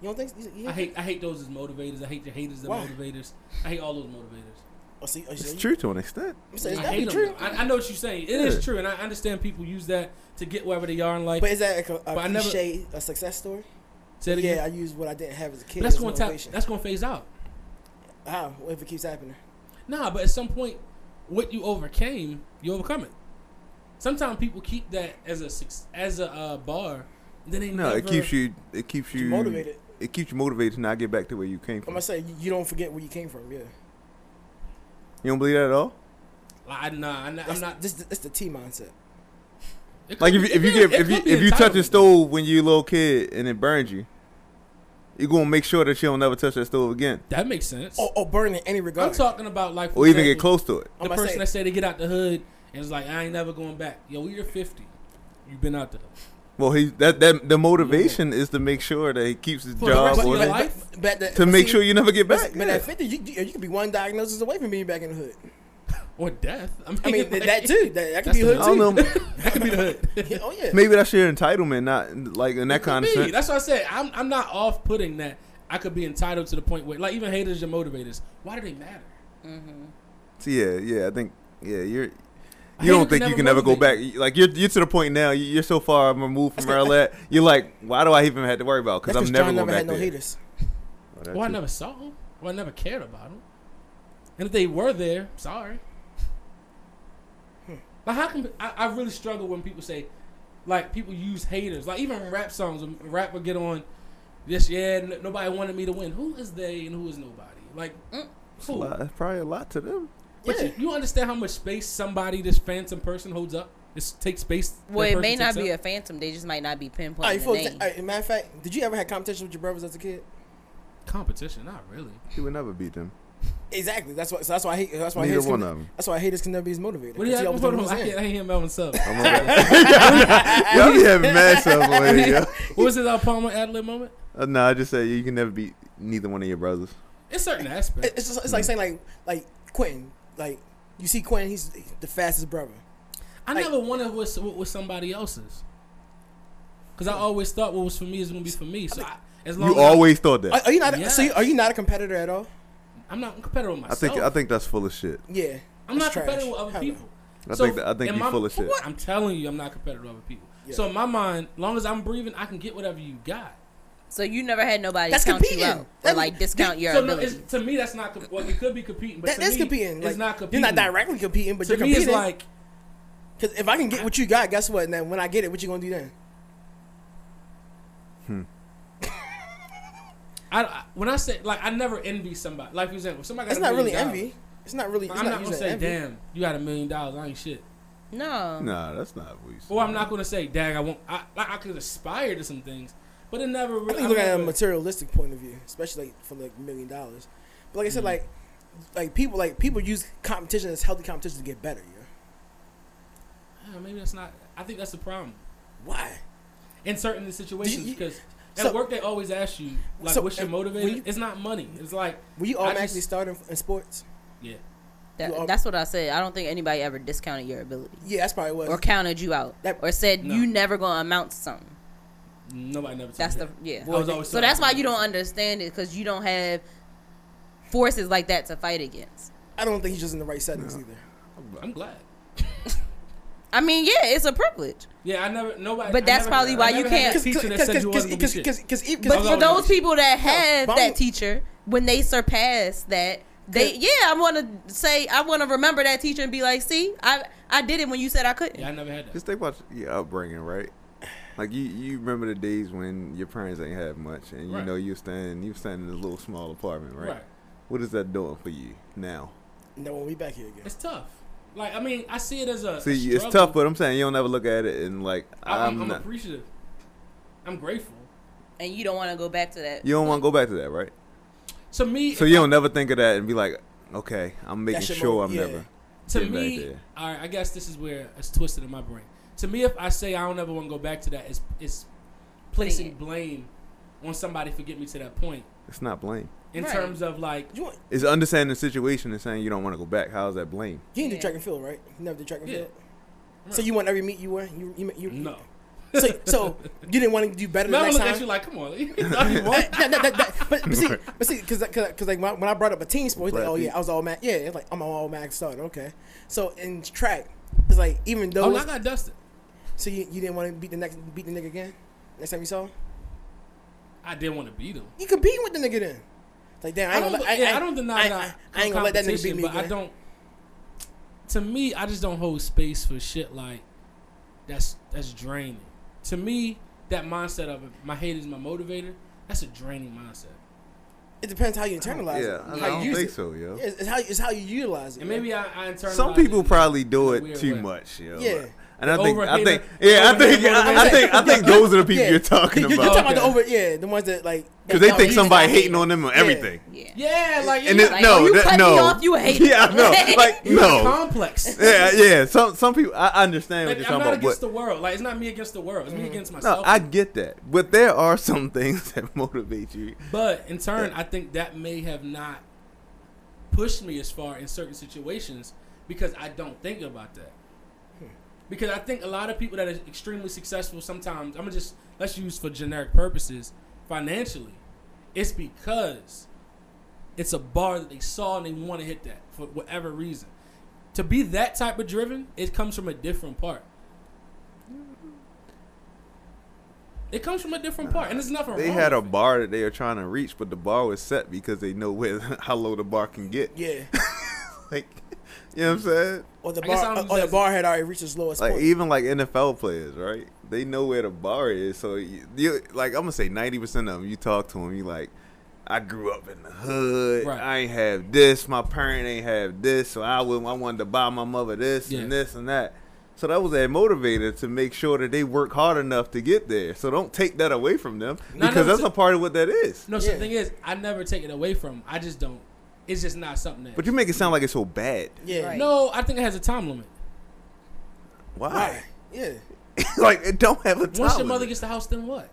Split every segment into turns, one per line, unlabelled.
You don't think? You, you
I hate I hate those as motivators. I hate the haters as
Why?
motivators. I hate all those motivators.
Oh, see, oh,
It's
see,
true to an extent.
You say, is
I
that
hate 'em.
true?
I, I know what you're saying. It is
Yeah.
true, and I understand people use that to get wherever they are in life.
But is that a, a
But I never-
cliche, a success story?
Say it again.
Yeah, I use what I didn't have as a kid.
But that's
as
going to
motivation.
that's going to phase out.
How? What if it keeps happening?
Nah, but at some point, what you overcame, you overcome it. Sometimes people keep that as a suc- as a uh, bar. Then they
No,
never,
it keeps you. It keeps
You
you
motivated.
It keeps you motivated to not get back to where you came
I'm
from.
gonna say you, you don't forget where you came from. Yeah,
You don't believe that at all.
Like, I- nah, I'm not.
That's-
I'm not
This, this the T mindset.
it
Like
could
if you,
be-
if
it
you
could-
give
it
if you
could be
if you touch a
entitlement.
stove when you a little kid and it burns you, you gonna make sure that you don't never touch that stove again,
that makes sense.
Or, or Oh, burn in any regard.
I'm talking about like
Oh, or
for
even get
example,
close to it.
I'm
The
about to
person
say-
that say they get out the hood and is like, I ain't never going back. Yo, you're 50. You've been out the hood.
Well, he that that the motivation is to make sure that he keeps his
For the
job
rest of
or
your
to-
life.
but that-
to
but
make
see,
sure you never get
but-
back.
But
yeah.
at 50, you, you, you could be one diagnosis away from being back in the hood.
Or death. I mean,
I mean,
like-
that too. That, that could
That's
be
the-
hood
I
too.
don't know.
That could be the hood.
Yeah, oh yeah.
Maybe that's your entitlement, not like in that
Could
kind of
be.
sense.
That's what I said. I'm, I'm not off putting that I could be entitled to the point where, like, even haters are motivators. Why do they matter?
So, yeah, yeah. I think yeah, you're.
I
You
hate
don't
it when
think you
never
can ever go back.
motivate
Like you're, you're to the point now. you- You're so far removed from all that. You're like, why do I even have to worry about? Because
That's
I'm never
John
going
never
back
had no
there.
haters.
Oh, that
Well, I
too.
never saw them. Well, I never cared about them. And if they were there, sorry. Like, how come I, I really struggle when people say, like, people use haters. Like, even rap songs, a rapper get on this, yeah, n- nobody wanted me to win. Who is they and who is nobody? Like, mm,
It's a
who?
lot- it's probably a lot to them.
But
Yeah.
you, you understand how much space somebody, this phantom person, holds up? This takes space. that
Well, it
person
may not
takes
be
up?
a phantom. They just might not be
All right,
pinpointing the
for
name.
exa- all right, matter of fact, did you ever have competitions with your brothers as a kid?
competition. Not really.
You would never beat them.
Exactly. That's why. So that's why I hate. That's why
Neither
haters can-
one of them.
That's why haters can never be as motivated.
What do
'cause
you
he always
have? Hold
do
on,
what
I
he's
can't I
saying.
can't hear Melvin Sub.
I'm over- Y'all be having mad stuff over here. yo.
what was his Al Palmer ad lib moment?
Uh, no, I just said you can never beat neither one of your brothers.
It's certain
It-
aspects.
It's just, it's like saying like like Quentin. Like you see Quentin, he's the fastest brother.
I
like-
never wanted what what was somebody else's. Cause I always thought what was for me is gonna be for me. So I, as long
You
as I-
always thought that.
Are,
I,
are you not?
Yes.
So you, are you not a competitor at all?
I'm not competitive with myself.
think I think that's full of shit.
Yeah.
I'm
it's
not
trash.
competitive with other
Hell no.
people.
I think that- I think
in
you're
my-
full of shit.
I'm telling you, I'm not competitive with other people.
Yeah.
So in my mind, long as I'm breathing, I can get whatever you got.
so you never had nobody
That's
count
competing.
you out or
That-
like discount your
so no,
ability.
it's, to me, that's not comp- well. It could be competing, but
That,
to
that's
me,
competing. Like,
it's not competing.
You're not directly competing, but
To
you're
me, it's
competing.
like
Cause if I can get what you got, guess what? Now when I get it, what you gonna do then?
I, I when I say like I never envy somebody. Like for example, if somebody got
It's
a
not
million
really
dollars,
envy. It's not really. It's
I'm not gonna
using
say,
envy.
"Damn, you got a million dollars, I ain't shit,"
no.
Nah, that's not what you said.
or I'm not gonna say, "Dang, I won't." I like, I could aspire to some things, but it never.
I
Really,
think looking at it
never,
a materialistic point of view, especially like for like a million dollars. But like I said,
Mm-hmm.
like like people like people use competition as healthy competition to get better. Yeah.
Ah, maybe that's not. I think that's the problem
Why?
in certain situations
Do you-
because
so-
at work they always ask you like,
so,
"What's your
uh,
motivator?"
when you-
it's not money. It's like
Were you
I
automatically
just-
starting in sports?
yeah.
You are-
That, that's what I said. I don't think anybody ever discounted your ability
Yeah, that's probably what.
or counted you out
That-
or said
No.
you never gonna amount to something.
Nobody never. told
That's
me
the
that.
yeah.
I was always
so
told
that's
I
why
could
you
do
don't
it.
understand it because you don't have forces like that to fight against.
I don't think he's just in the right settings either.
I'm glad.
I mean, yeah, it's a privilege.
Yeah, I never. Nobody.
But
I
that's
never-
probably
I
why
never
you
had a
can't-
Teacher that said you wasn't gonna be shit.
But
Those
for
always
because
those
nice.
people that
No, but
have
I'm-
that teacher, when they surpass that, they
Good.
yeah, I want to say I want to remember that teacher and be like, see, I I did it when you said I couldn't.
Yeah, I never had that.
Just think about your upbringing, right? Like you, you remember the days when your parents ain't had much, and you
Right.
know you staying, you staying in this little small apartment, right?
Right.
What is that doing for you now?
no, we'll be back here again.
It's tough. Like I mean, I see it as a
See,
a
it's tough,
struggle.
but I'm saying you don't ever look at it and like
I,
I'm,
I'm, I'm
not.
appreciative. I'm grateful.
And you don't want to go back to that.
You don't want to go back to that, right?
To me,
So
if
you
I-
don't never think of that and be like, okay, I'm making
That shit
sure
mo-
I'm
yeah.
never.
to
getting back
me,
there.
all right. I guess this is where it's twisted in my brain. To me, if I say I don't ever want to go back to that, it's it's placing
Blame it.
blame on somebody for getting me to that point.
It's not blame.
In
Right.
terms of like,
You want,
It's understanding the situation and saying you don't want to go back. How is that blame?
you didn't do
Yeah.
track and field, right? You never did track and
Yeah.
field. So you want every meet you win? You, you, you,
no,
So, so you didn't want to do better the
Mel
next
looked
time.
at you like, come
Uh,
on.
that- that- that- that- but, but see, but see, because because like when I- when I brought up a team sport, he's like,
Brad
oh
Pitt.
yeah, I was all mad. Yeah, it's like I'm an all mag starter. Okay, so in track, it's like even though,
oh, I got dusted.
so you, you didn't want to beat the next beat the nigga again. Next time you saw, him?
I didn't want to beat him.
you compete with the nigga then. It's like damn, I,
I
ain't
don't,
gonna, let-
yeah,
I,
I don't deny
I-
that.
I, I ain't gonna let that nigga beat
competition,
me
But
again.
I don't. To me, I just don't hold space for shit like that's that's draining. To me, that mindset of my hate is my motivator. That's a draining mindset.
It depends how you internalize
Yeah,
it.
I,
how you
I don't
use
think
it.
so, yo.
Yeah, It's, it's how it's how you utilize it.
And maybe I, I internalize.
Some people
it.
probably
in
do
a
it
weird
too
way.
much, yo.
Yeah.
And I
The
think, I
overhater-
think, yeah, I
overhater
think,
motivator.
I, I think, I think those are the people you're talking
You- You're talking
about
about the
Okay.
over, yeah, the ones that like
because they
that
think
y'all
somebody
use it.
hating on them or
Yeah.
everything.
Yeah.
Yeah, like
And
yeah,
it,
like,
no,
oh, you
that-
cut me
no,
off, you a hater.
Yeah, I know. Like
it's a
no,
complex.
yeah, yeah. Some some people, I understand what
Like,
you're
I'm
talking
not
about,
against
but
the world. Like it's not me against the world. It's me against
no,
myself.
I get that. But there are some things that motivate you.
But in turn, I think that may have not pushed me as far in certain situations because I don't think about that.
Hmm.
Because I think a lot of people that are extremely successful sometimes, I'm gonna just let's use for generic purposes financially, it's because it's a bar that they saw and they want to hit that for whatever reason. To be that type of driven, it comes from a different part.
Mm-hmm.
It comes from a different part, and there's nothing
They
wrong
had a
with it.
bar that they are trying to reach, but the bar was set because they know where how low the bar can get.
Yeah,
Like, you know what I'm saying?
or the
I guess I
bar,
don't
or
use
the
that-
bar had already reached its lowest
Like
point.
even like NFL players, right? They know where the bar is. So you, you like I'm gonna say 90 percent of them. You talk to them, you like, I grew up in the hood.
Right.
I ain't have this. My parent ain't have this. So I would, I wanted to buy my mother this
Yeah.
and this and that. So that was that motivator to make sure that they work hard enough to get there. So don't take that away from them
No,
because
no,
that's
so-
a part of what that is.
No, so
Yeah.
the thing is, I never take it away from. 'em. I just don't. It's just not something that.
But you make it sound like it's so bad.
yeah,
Right.
no, I think it has a time limit.
Why?
Why? Yeah,
like it don't have a time.
Once your mother
limit.
gets the house, then what?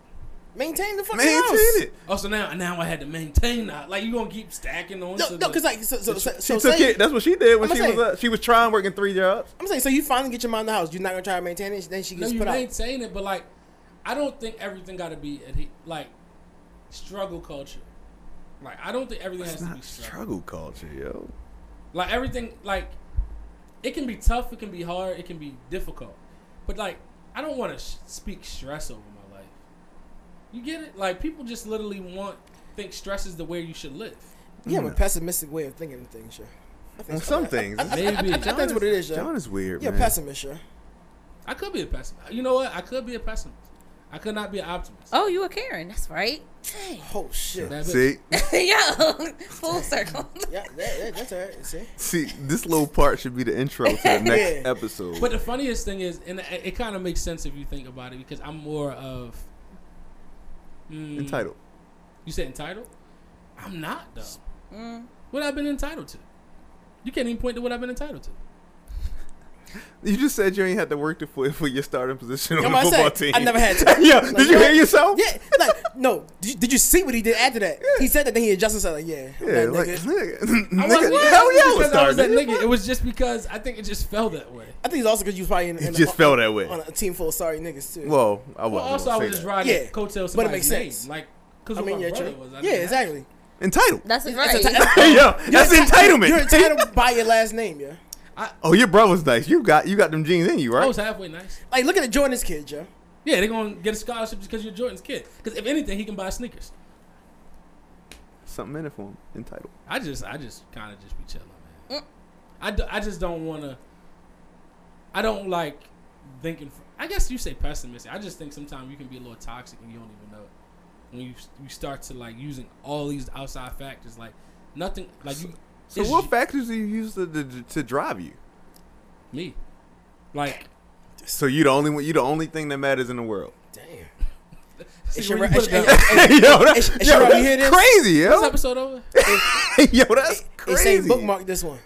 maintain the fucking
maintain
house.
it.
Oh, so now now I had to maintain that. Like you gonna keep stacking on.
No,
to
no,
the-
because like so, so, so,
She
so
took
say,
it. That's what she did when
I'ma
she
say-
was uh, she was trying working three jobs.
I'm saying, so you finally get your mom in the house. You're not gonna try to maintain it. Then she
no,
gets
you
put out.
maintain it, but like, I don't think everything got to be adhe- like struggle culture. Like I don't think everything
It's
has to be
not
struggle.
struggle culture, yo.
Like everything, like it can be tough, it can be hard, it can be difficult. But like, I don't want to sh- speak stress over my life. You get it? Like people just literally want think stress is the way you should live.
You have a
Mm.
pessimistic way of thinking of things, sure.
On some things, it's-
Maybe
I think that's what it is,
John
yo.
is weird,
You're a
man.
pessimist, sure.
I could be a pessimist. You know what? I could be a pessimist. I could not be an optimist.
Oh, you a Karen. That's right. Dang.
Oh shit.
That bitch.
See,
Yo, full circle.
Yeah, that, that, that's alright. See,
see, this little part should be the intro to the next
Yeah.
episode.
But the funniest thing is, and it, it kind of makes sense if you think about it, because I'm more of mm,
Entitled.
You said entitled? I'm not though.
Mm.
What I've been entitled to? You can't even point to what I've been entitled to.
You just said you ain't had to work to for, for your starting position on
I'm
the
about to
football
say,
team.
I never had to.
yeah,
Like,
did you
what?
hear yourself?
Yeah, like no. Did you, did you see what he did after that? He said that, then he adjusted himself. Like, yeah, I'm
Yeah,
that
like,
nigga.
nigga,
I wasn't-
nigga,
it
hell
wasn't
yeah, I was
because I was that
starting.
nigga. It was just because I think it just fell that way.
I think it's also because you was probably in,
It
in
just
a,
felt that way.
on a team full of sorry niggas too.
Well, I wasn't.
Well, also
gonna
I
say
was just
that.
riding
Yeah.
coattails.
But it
somebody's
makes
name.
sense.
Like, because
I mean,
my
yeah,
brother
true.
was. I
yeah,
didn't have-
exactly.
Entitled.
That's
It's
right.
a-
Hey, yo, that's entitlement.
You're entitled by your last name, yeah.
Oh, your brother's nice. You got you got them jeans in you,
I
right?
was halfway nice.
Like, look at the Jordan's kid, yo.
Yeah, they're gonna get a scholarship just because you're Jordan's kid. Because if anything, he can buy sneakers.
Something in it for him. Entitled.
I just, I just kind of just be chilling, man.
Mm.
I, do- I just don't want to. I don't like thinking. fr- I guess you say pessimistic. I just think sometimes you can be a little toxic and you don't even know it. when you you start to like using all these outside factors like nothing like you.
So
it's
what
ju-
factors do you use to, to, to drive you?
me, like
So you the only one- you the only thing that matters in the world.
Damn.
see,
It's your,
when
it's,
you put
it's,
it down-
yo, that,
Is- is
yo,
she
that's
already hear this?
crazy,
This
yo.
episode over?
yo, that's
it's
crazy.
ain't bookmark this one.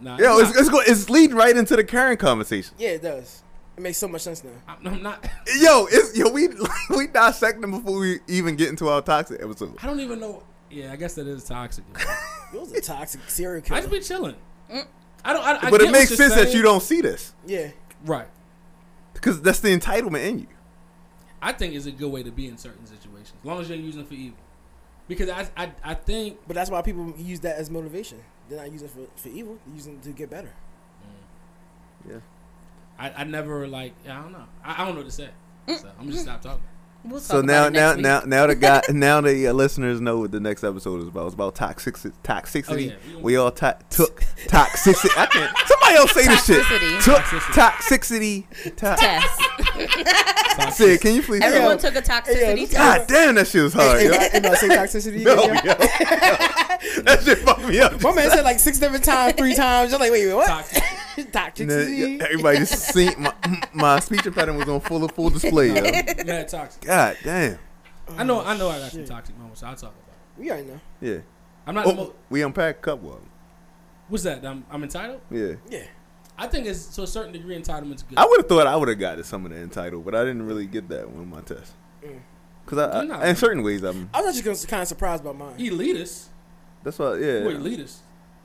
Nah, I'm
Yo,
not-
it's it's, go, it's leading right into the current conversation.
Yeah, it does. It makes so much sense now.
I'm, I'm not.
Yo, it's yo we we dissect them before we even get into our toxic episode.
I don't even know. Yeah, I guess that is toxic.
It was a toxic serial
I
killer.
just be chilling. I don't. I, I
Mm. but
get
it
what
makes
you're
sense that
saying.
you don't see this
yeah.
Right.
because that's the entitlement in you.
I think is a good way to be in certain situations, as long as you're using it for evil. Because I, I, I think
But that's why people use that as motivation. They're not using it for, for evil. They're using it to get better.
I, I never like I don't know I, I don't know what to say,
Mm.
so I'm just stop talking.
We'll talk
So
about
now,
it next
now,
week.
now, now the guy, now the uh, listeners know what the next episode is about. It's about toxic, toxicity.
Oh, yeah.
We all to- took toxicity. I can't. Somebody else say this shit.
Toxicity.
Took toxicity. To-
test.
Sid, can you please?
Everyone
Yeah.
took a
Yeah,
toxicity
this-
God
test.
damn, that shit was hard.
Hey,
yo.
I- you know, say toxicity.
No,
yeah.
yo. that shit fucked me up.
My man said like six different times, three times. You're like, wait, wait, what?
Toxic.
And then,
Toxicity.
yeah, everybody just seen my, my speech and pattern was on full of full display. Yo.
Mad toxic.
God damn.
I know I know I got some
shit.
toxic moments. So I'll talk about. it.
We already know.
Uh,
Yeah.
I'm not. the
Oh,
mo-
we unpacked a couple of them.
what's that? I'm, I'm entitled.
Yeah.
Yeah.
I think it's to a certain degree entitlement's good.
I would have thought I would have got to some of the entitled, but I didn't really get that one in my test.
Mm.
Cause I,
You're not
I in certain ways I'm.
I was actually gonna- kind of surprised by mine.
elitist.
That's why.
You
Yeah.
elitist.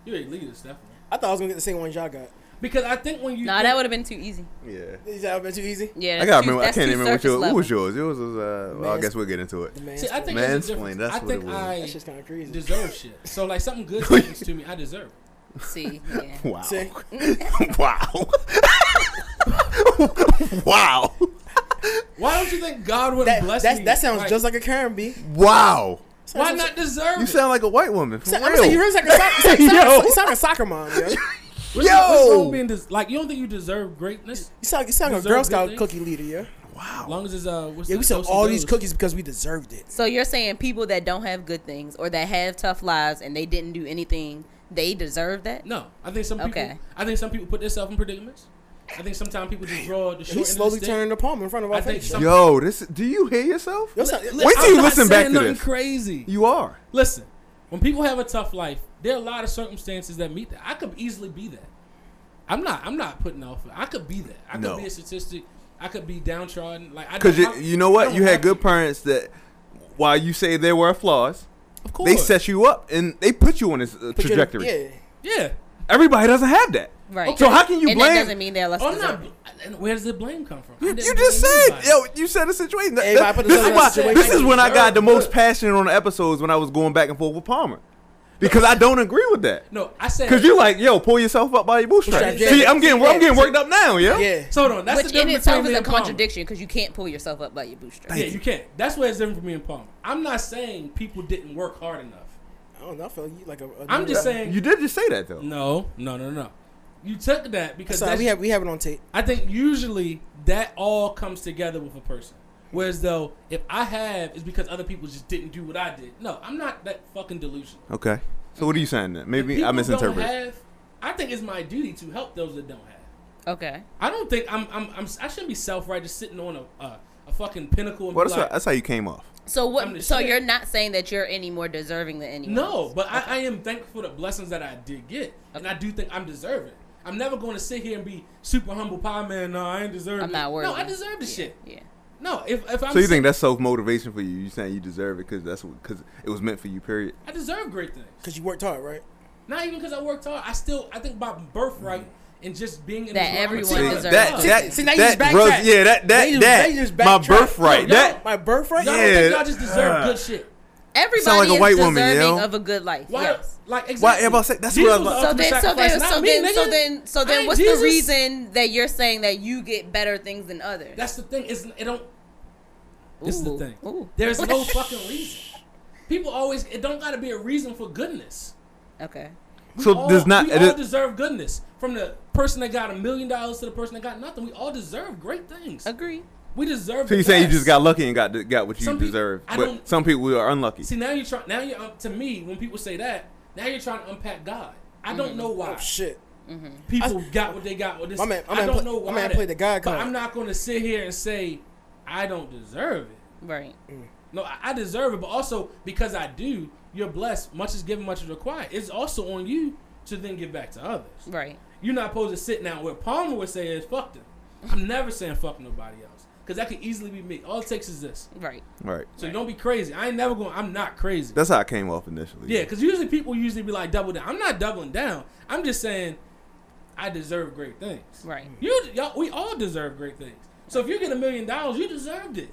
You elitist definitely.
I thought I was gonna get the same ones y'all got.
Because I think when you
Nah,
think-
that would have been too easy.
Yeah.
Is that been too easy?
Yeah,
I
that's
gotta
too-
remember. I
that's
can't
too
even remember what
surface
yours. What
level.
was yours? Yours was. Uh, well, I
Mansplain.
guess we'll get into it.
The man.
see, I
That's
think it's a
Mansplain,
difference.
that's
I
what
think
it was.
I
just kind of crazy.
deserve shit. So like something good happens to me, I deserve it.
See, yeah.
Wow.
See?
wow. wow.
Why don't you think God would
that,
bless
that's-
me?
that sounds
Like,
just like a Karen B.
Wow.
why not deserve
You
it?
sound like a white woman. For
I'm
real.
gonna say you really sound like a soccer, you sound,
Yo.
you sound like a soccer mom. Yo. You
What's wrong- what's
Yo!
wrong being des- like you don't think you deserve greatness
sound, you sound like a
Deserve
Girl
good
Scout
things.
cookie leader. Yeah.
as long as it's uh what's
Yeah,
the
we sold
Dosey
all these
Does?
cookies because we deserved it.
So you're saying people that don't have good things or that have tough lives and they didn't do anything, they deserve that?
No, I think some people.
Okay.
I think some people put themselves in predicaments. I think sometimes people just draw the
He's
short end
slowly
of the stick.
turning the palm in front of our
I think
face.
some-
Yo, this. Do you hear yourself?
Yo, son,
Li-
Wait till
I'm
you
not
listen back
saying
to
nothing
this.
Crazy.
You are.
Listen, when people have a tough life, there are a lot of circumstances that meet that. I could easily be that. I'm not. I'm not putting off. I could be that. I could
No.
be a statistic. I could be downtrodden. Like I
Cause you,
don't- I-
you know
I
what?
don't
You had
have
good
to-
parents that, while you say there were flaws,
Of course.
they set you up and they put you on this uh,
Put your-
trajectory.
Yeah.
Yeah.
Everybody doesn't have that.
Right.
So how can you
and that
blame?
doesn't mean they're less
Oh, I'm not.
deserving.
And where does the blame come from? I
You,
didn't
you just
blame
said,
anybody.
yo, you said a situation. That,
Everybody
that-
put
this,
themselves
is
in
why,
a situation
this is
they
when I got the
deserve.
most passionate on the episodes when I was going back and forth with Palmer. Because I don't agree with that.
No, I said.
Because you're like, yo, pull yourself up by your bootstraps.
Bootstraps, yeah.
See, I'm getting, I'm getting worked up now, yo.
Yeah.
So hold on. That's the
Which in
difference
itself
between
is
me
a
and Palmer.
contradiction because you can't pull yourself up by your bootstraps.
Yeah, you can't. That's where it's different for me and Palmer. I'm not saying people didn't work hard enough.
I don't know. I feel like you like a. a
I'm just saying.
You did just say that though.
No, no, no, no. You took that because
So
that's,
we have we have it on tape.
I think usually that all comes together with a person. Whereas though, if I have, it's because other people just didn't do what I did. No, I'm not that fucking delusional.
Okay. So what are you saying then?
If
Maybe
people
I
don't
misinterpreted.
have- I think it's my duty to help those that don't have.
Okay.
I don't think I'm. I'm. I'm I shouldn't be self-righteous sitting on a a, a fucking pinnacle and
Well,
be
that's, how,
like,
that's how you came off.
So
I'm
what?
just
So
saying.
you're not saying that you're any more deserving than anyone?
No,
else?
but I, I am thankful for the blessings that I did get, and I do think I'm deserving. I'm never going to sit here and be super humble pie man. No, I ain't deserve.
I'm
it.
not worthy.
No, I deserve the shit.
Yeah.
No, if if I'm
So you
sit-
think that's self motivation for you? You saying you deserve it because that's because it was meant for you. Period.
I deserve great things.
Cause you worked hard, right?
Not even because I worked hard. I still I think by birthright and just being in this
That
world, I'm a
everyone
team.
deserves
that,
it.
that,
See, now you just
that
backtrack.
rubs- yeah, that
Now
that
you just-
that
now you just
my
backtrack.
birthright.
No,
that
My birthright.
Y'all
Yeah.
don't think y'all just deserve
Uh,
good shit.
Everybody
Sound like a
is
white woman,
deserving
yo.
of a good life.
Why?
Yes.
Like
Why-
exactly.
yeah, but say- that's
Jesus
what I was
was
about-
the
So then,
ultimate
so then,
sacrifice,
so
not me,
then, so
nigga.
then, so
I
then,
ain't
what's
Jesus.
the reason that you're saying that you get better things than others?
That's the thing. Is it don't. This is the
Ooh,
thing.
ooh.
There's no fucking reason. People always. It don't gotta be a reason for goodness.
okay.
We
So
all,
does not-
we
it
all
is-
deserve goodness from the person that got a million dollars to the person that got nothing. We all deserve great things.
Agree.
We deserve.
So
the
you saying you
best.
just got lucky and got got what you
Some people-
deserve,
I
but
don't-
some people are unlucky.
See now you try. Now you um, to me when people say that. Now you're trying to unpack God. I don't know why
Oh shit.
people got what they got. With this,
My man- my
I
man
don't
pla-
know
my
why.
man
that-
played the God
But
card.
I'm not going to sit here and say I don't deserve it.
Right.
No, I, I deserve it, but also because I do, you're blessed. Much is given, much is required. It's also on you to then give back to others.
Right.
You're not supposed to sit down. What Palmer would say is fuck them. I'm never saying fuck nobody else because that could easily be me. All it takes is this.
Right.
right.
So don't be crazy. I ain't never going. I'm not crazy.
That's how I came off initially.
yeah, because usually people usually be like double down. I'm not doubling down. I'm just saying I deserve great things.
Right.
You, y'all, we all deserve great things. So if you get a million dollars, you deserved it.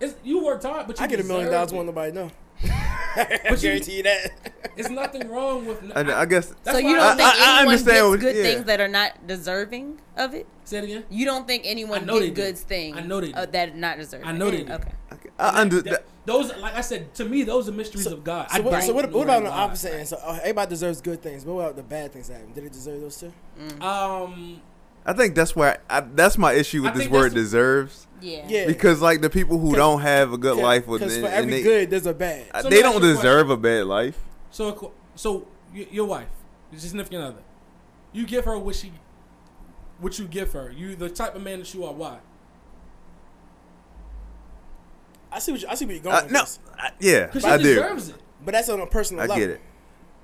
It's, you worked hard, but you
I get a million
deserve
dollars
it.
won't nobody know. I
But you-
guarantee you that.
It's nothing wrong with. n-
I, I guess
That's
so
why
you don't
I-
think
I- I
anyone
understand
gets
what-
good
yeah.
things that are not deserving of it?
Say it again.
You don't think anyone
I know they
get
do.
good things
I know they
uh,
do.
that are not deserving? Eh,
I know they do.
Okay.
I under
That- those, like I said, to me, those are mysteries of God. I
So what,
don't
so what,
know
what about on
why.
the opposite end? So uh, everybody deserves good things. But what about the bad things that happen? Did it deserve those too?
Um,
I think that's why I, that's my issue
I
with this
think
word
that's-
deserves
Yeah.
Yeah.
because like the people who don't have a good life with
Because
and,
for every
and they,
good, there's a bad.
I-
So let me
they
ask
don't
you a question.
deserve a bad life.
so ac- so y- your wife, your significant other, you give her what she, what you give her. You the type of man that you are. Why?
I see what you, I see where you're going.
I,
with
Uh, no,
this.
I, yeah,
Because she
I do.
deserves it.
but that's on a personal
I
level.
get it.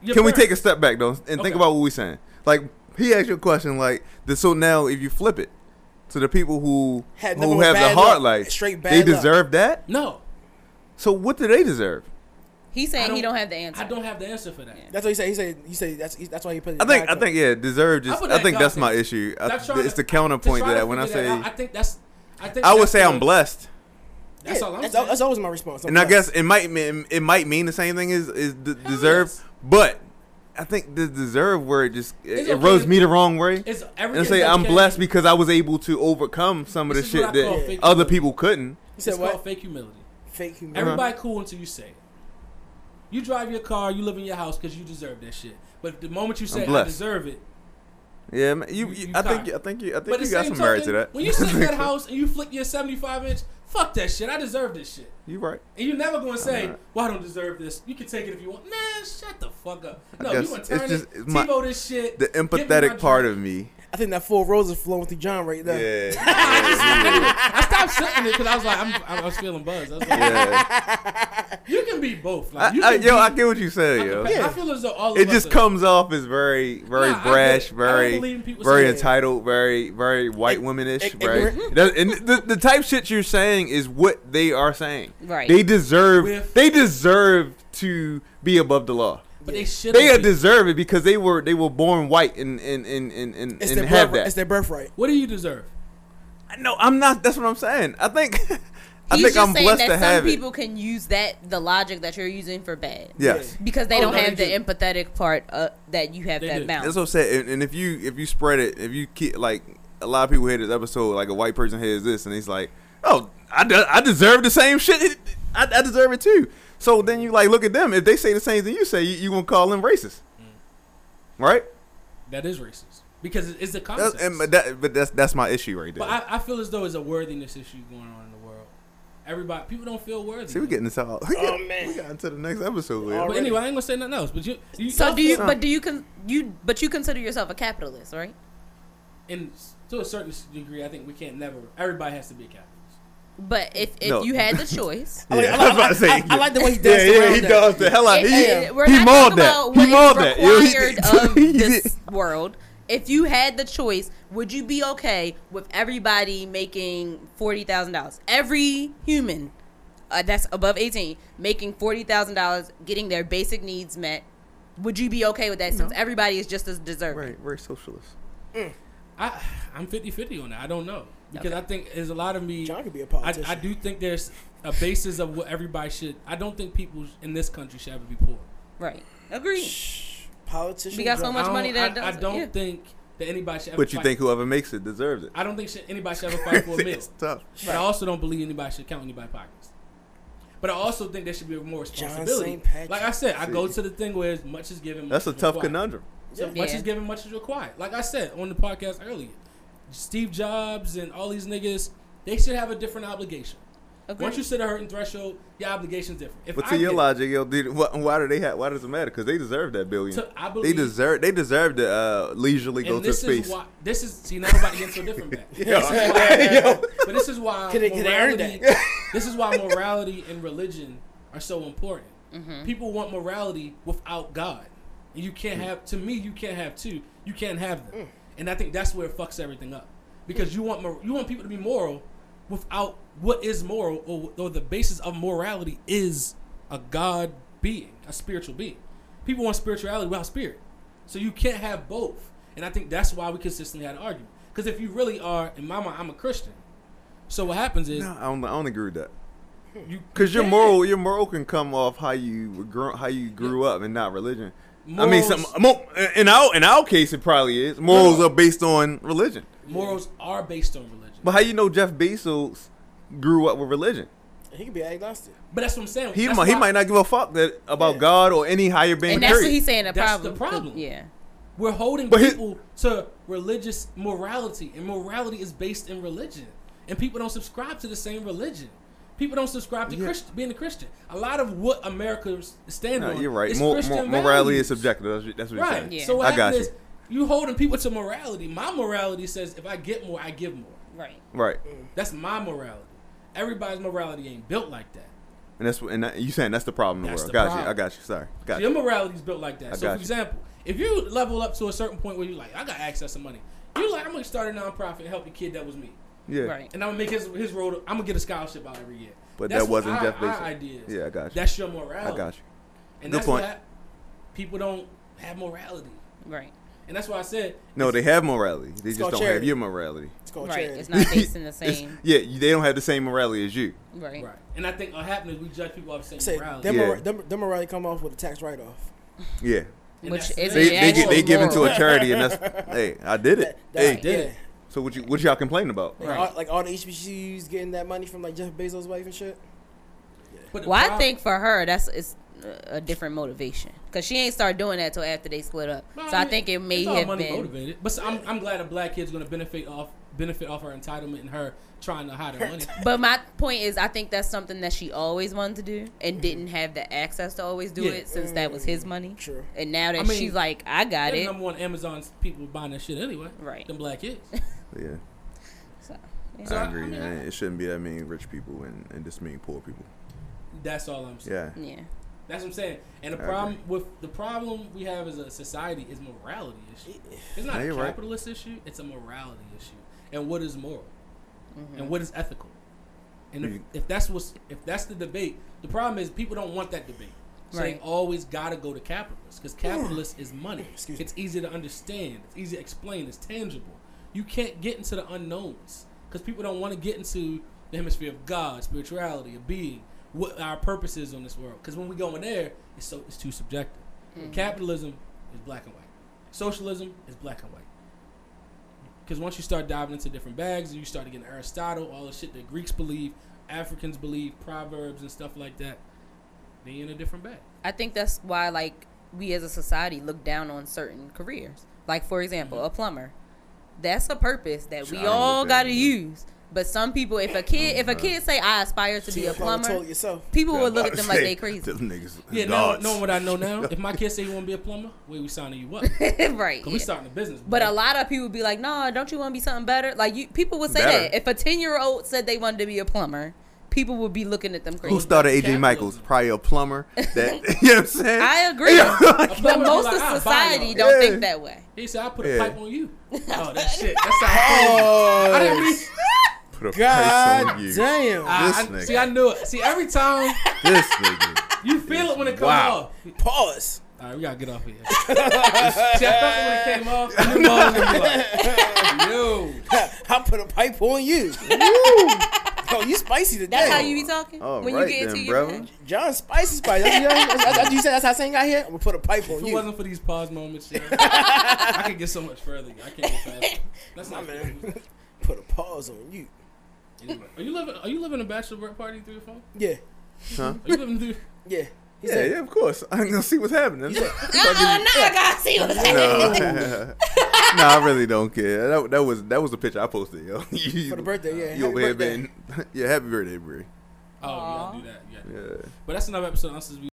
Your
Can we
parents-
take a step back though and
Okay.
think about what we're saying? Like he asked you a question like this, so now if you flip it to the people who
Had nothing
who
but
have the
bad
hard
luck,
life,
straight
they
bad luck.
deserve that.
No,
So what do they deserve?
He's
I
saying he don't have the answer.
I don't have the answer for that.
That's what he said. He said. He said. That's he, that's why he put. it
I
in
think I
God's
think yeah, deserve just
put
I
that
think
God
that's my
thing.
issue. I,
Not
th-
trying
it's
to-
the
to
counterpoint
try
to
to
that when I
figure
say
that out, I think that's. I think
I would
that's
say I'm
the-
blessed.
That's
Yeah,
all I'm
that's,
saying.
that's always my response. I'm
and I
blessed.
guess it might mean, it might mean the same thing as is d- deserve,
yes.
but I think the deserve word just it,
It's
it
okay
rose
to-
me the wrong way.
It's
And I
everything.
say I'm
okay.
blessed because I was able to overcome some of the
This is
shit
what I call
that
fake
other
humility.
people couldn't.
You
It's
said
called
what?
fake humility.
Fake
Uh-huh.
humor.
Everybody cool until you say it. You drive your car, you live in your house because you deserve that shit. But the moment you say I
blessed.
deserve it,
Yeah, man, you,
You-
you,
you
I think
cocky.
you, I think you I
but
think
the
you got
same
some
token,
merit to that.
when you sit in that house and you flick your 75 inch, fuck that shit. I deserve this shit.
you right.
And you never gonna say,
Alright.
"Well, I don't deserve this." You can take it if you want. Nah, shut the fuck up.
I
No,
guess
you gonna turn
it's just-
it,
it's my-
TiVo this shit.
The
give me my
empathetic part
drink.
of me.
I think that full rose is flowing through John right
Yeah.
there.
I stopped sitting it because I was like, I'm, I was feeling buzzed. I was like,
yeah.
You can be both. Like,
I,
you
I,
can
yo,
be,
I get what you say, yo.
I, feel as though all
It
of us
just
are-
comes off as very, very
Nah, I get
brash,
it. I don't believe
very,
in people
very
saying-
entitled, very, very white womanish,
ig-
very.
ignorant.
That- And the, the type shit you're saying is what they are saying.
Right.
They deserve.
With-
they deserve to be above the law.
But they should.
They
They
are
are
deserve it because they were they were born white and and and and and,
It's
and
their
have
birthright. It's
that.
their birthright.
What do you deserve?
No, I'm not. That's what I'm saying. I think. I
He's
think
just
I'm
saying
blessed
that
to
some
have
people
it.
can use that the logic that you're using for bad.
Yes.
Because they
Oh,
don't
no,
have the
they do.
empathetic part uh, that you have
They
that
do.
balance.
That's what I'm saying. And, and if you if you spread it, if you keep like a lot of people hear this episode, like a white person hears this, and he's like, "Oh, I, de- I deserve the same shit. I, I deserve it too." So then you like look at them. If they say the same thing you say, you, you gonna call them racist, right?
That is racist because it- it's a
That's,
concept.
and, but that but that's that's my issue right there.
But I, I feel as though it's a worthiness issue going on in the world. Everybody, people don't feel worthy.
See, we getting this all. We
Oh,
got,
man.
we got into the next episode. Will.
But anyway, I ain't gonna say nothing else. But you, you
So
y'all
do you?
feel-
But do you? Con- you? But you consider yourself a capitalist, right?
And to a certain degree, I think we can't never. Everybody has to be a capitalist.
But if if
No.
you had the choice,
I like-
Yeah,
I like-
was about to say-
I- I like the way he danced
Yeah, yeah,
around
he
that.
does the hell out.
if,
He,
if- we're
he
not
mauled
talking
that.
about
He mauled
what is
that. Yo, he
required
did-
of
he did.
this world. If you had the choice, would you be okay with everybody making forty thousand dollars? Every human uh, that's above eighteen making forty thousand dollars, getting their basic needs met. Would you be okay with that? Since everybody is just as deserving.
Right, we're socialists.
I, I'm 50-50 on that. I don't know because
Okay.
I think there's a lot of me.
John could be a
I,
politician.
I do think there's a basis of what everybody should. I don't think people in this country should ever be poor.
Right. Agreed.
Politician.
We got
John.
so much
I don't-
money that
I, I
doesn't-
don't
yeah.
think that anybody should. Ever
But you
fight-
think whoever makes it deserves it?
I don't think should, anybody should ever fight for a meal.
it's tough.
But I also don't believe anybody should count anybody's pockets. But I also think there should be more
John
responsibility.
St. Patrick.
Like I said, I go
See.
to the thing where as much is given.
That's a
much is
tough
required.
conundrum.
So
Yeah.
much is given, much is required. Like I said on the podcast earlier, Steve Jobs and all these niggas, they should have a different obligation. Once
Agreed.
you set a hurting threshold, your obligation's different. If
But
I
to your
get-
logic, yo, dude, why, why do they have? Why does it matter? Because they deserve that billion.
So, I
they
believe-
deserve. They deserve to uh, leisurely go
and
to
this
space.
is why this is see now everybody gets so different back.
Yo,
But this is why
Could they- could they earn
morality. this is why morality and religion are so important. People want morality without God, and you can't have. To me, you can't have two. You can't have them, and I think that's where it fucks everything up because you want mor- you want people to be moral without what is moral or, or the basis of morality is a God being, a spiritual being. People want spirituality without spirit, so you can't have both. And I think that's why we consistently had an argument. Because if you really are, in my mind, I'm a Christian. So what happens is
no, I don't, I don't agree with that.
You
Because your
can't.
moral, your moral can come off how you were grow, how you grew up, and not religion. I mean, some
Morals-
mo- in our in our case, it probably is. Morals
No.
are based on religion.
morals are based on religion.
But how you know Jeff Bezos grew up with religion?
He could be agnostic.
But that's what I'm saying.
He
That's
might, he
why-
might not give a fuck that about
Yeah.
God or any higher being.
and that's what
period.
he's saying. The
That's
problem.
the problem.
Yeah.
We're holding
But his-
people to religious morality, and morality is based in religion. And people don't subscribe to the same religion. People don't subscribe to
Yeah.
Christ- being a Christian. A lot of what America stands
No,
on.
you're right.
Is
Mor-
Christian
mor- morality
values.
is subjective. That's, what- that's what you're
Right.
saying.
Yeah.
So what
I got
happened is
you.
you holding people to morality. My morality says if I get more, I give more.
Right.
Right.
That's my morality. Everybody's morality ain't built like that.
And that's what and that, you saying that's the problem in the
That's
world.
the
got you.
problem.
I got you. Sorry. Got
Your
you.
morality's built like that.
I
so,
got
for
you.
example, if you level up to a certain point where you're like, I got access to money, you're like, I'm gonna start a nonprofit and help the kid that was me,
Yeah.
Right.
and I'm gonna make his his road. I'm gonna get a scholarship out every year.
But
That's
that
what
wasn't
our-
Jeff
our
Bezos.
idea is.
Yeah, I got you.
That's your morality.
I got you.
And
Good
that's
point.
why people don't have morality,
Right.
and that's why I said
No, they have morality. They just
called
don't have
charity.
your morality.
It's called
Right.
charity.
It's not based in the
It's-
same.
yeah, you- they don't have the same morality as you.
right.
right. And I think what happens is we judge people off the
Say,
same
them,
morality.
Yeah.
mor- them, them morality come off with a tax write off.
Yeah.
And
Which
that's the
is
thing.
They
Yeah,
they get they
actual
give it to a
moral.
charity and that's hey, I did it. Hey,
did it.
so what you what y'all complaining about?
Like,
Right.
all, like all the HBCUs getting that money from like Jeff Bezos' wife and shit.
But the
Well, I
problem-
think for her, that's it's a different motivation because she ain't start doing that till after they split up.
No,
so I
mean,
think it may
it's all
have
money
been
motivated. But so I'm, I'm glad a black kid's gonna benefit off benefit off her entitlement and her trying to hide her money.
But my point is, I think that's something that she always wanted to do and didn't have the access to always do
Mm-hmm. Yeah.
it since that was his money.
True.
And now that
I mean,
she's like, I got
They're
it.
number one Amazon's people buying that shit anyway.
Right.
Them black kids.
Yeah.
So,
So,
I
I
agree.
mean,
man. it shouldn't be that many rich people and, and this many poor people.
That's all I'm saying.
Yeah.
yeah.
That's what I'm saying. And the
I
problem with the problem we have as a society is morality issue. It's not
Yeah, you're
a
right.
capitalist issue. It's a morality issue. And what is moral?
Mm-hmm.
And what is ethical? And if,
You-
if that's what's if that's the debate, the problem is people don't want that debate. So they
Right.
always gotta go to capitalists because capitalist is money.
Excuse me.
it's easy to understand. It's easy to explain. It's tangible. You can't get into the unknowns because people don't want to get into the hemisphere of God, spirituality, of being, what our purpose is on this world. Because when we go in there, it's so it's too subjective. Capitalism is black and white. Socialism is black and white. Because once you start diving into different bags, you start getting Aristotle, all the shit that Greeks believe, Africans believe, proverbs and stuff like that. Then you're in a different bag.
I think that's why, like, we as a society look down on certain careers. Like, for example, a plumber. That's a purpose that
Sure, I
we
don't
all
look down
gotta
on that.
use. But some people, if a kid, if a kid say, I aspire to be a plumber,
Told yourself.
people
Yeah,
would look
about to
at them like
say,
they crazy.
Them niggas.
Yeah, now,
gods.
knowing what I know now, if my kids say you want to be a plumber, where we signing you up? 'Cause
right.
we
yeah.
starting a business.
But
bro.
a lot of people be like, "No, don't you want to be something better?" Like you, people would say
Better.
that. If a ten-year-old said they wanted to be a plumber, people would be looking at them
Who
crazy.
started AJ
Capitalism.
Michaels? Probably a plumber. That you know what I'm saying?
I agree,
Yeah.
but most
Like,
of
I'll buy
society
y'all.
don't
Yeah.
think that way.
He said, I put a
Yeah.
pipe on you. Oh, that shit. That sounds crazy. I didn't mean.
Put a price
God
on you.
damn.
I-
This
I-
nigga.
see, I knew it. See, every time
This nigga.
you feel it when it comes
Wow.
off.
Pause.
All right, we gotta get off of here. see, I felt it when it came off. I knew I was gonna be like, yo.
I put a pipe on you. Yo, you spicy today.
That's how you be talking
All
when
right
you get
then,
into
brother.
your head.
John spicy spicy. That's, that's, that's, that's, you said that's how Saint got here. I'm gonna put a pipe on
If it
you.
wasn't for these pause moments, yeah, I could get so much further. I can't get faster. That's
My
not fair.
man. put a pause on you.
Anyway, are you living? Are you living a bachelorette party through your phone?
Yeah,
Huh?
Are you living through?
yeah. He
Yeah,
said,
yeah, of course. I'm gonna see what's happening.
Uh-uh, now I gotta see what's
No.
happening.
no, I really don't care. That, that was that was a picture I posted, yo. You-
For the birthday, yeah. Happy
You over here
birthday.
been yeah, happy birthday,
Oh,
Brie.
you gotta
Aw.
do that. You gotta do that.
Yeah.
But that's another episode. of Us Is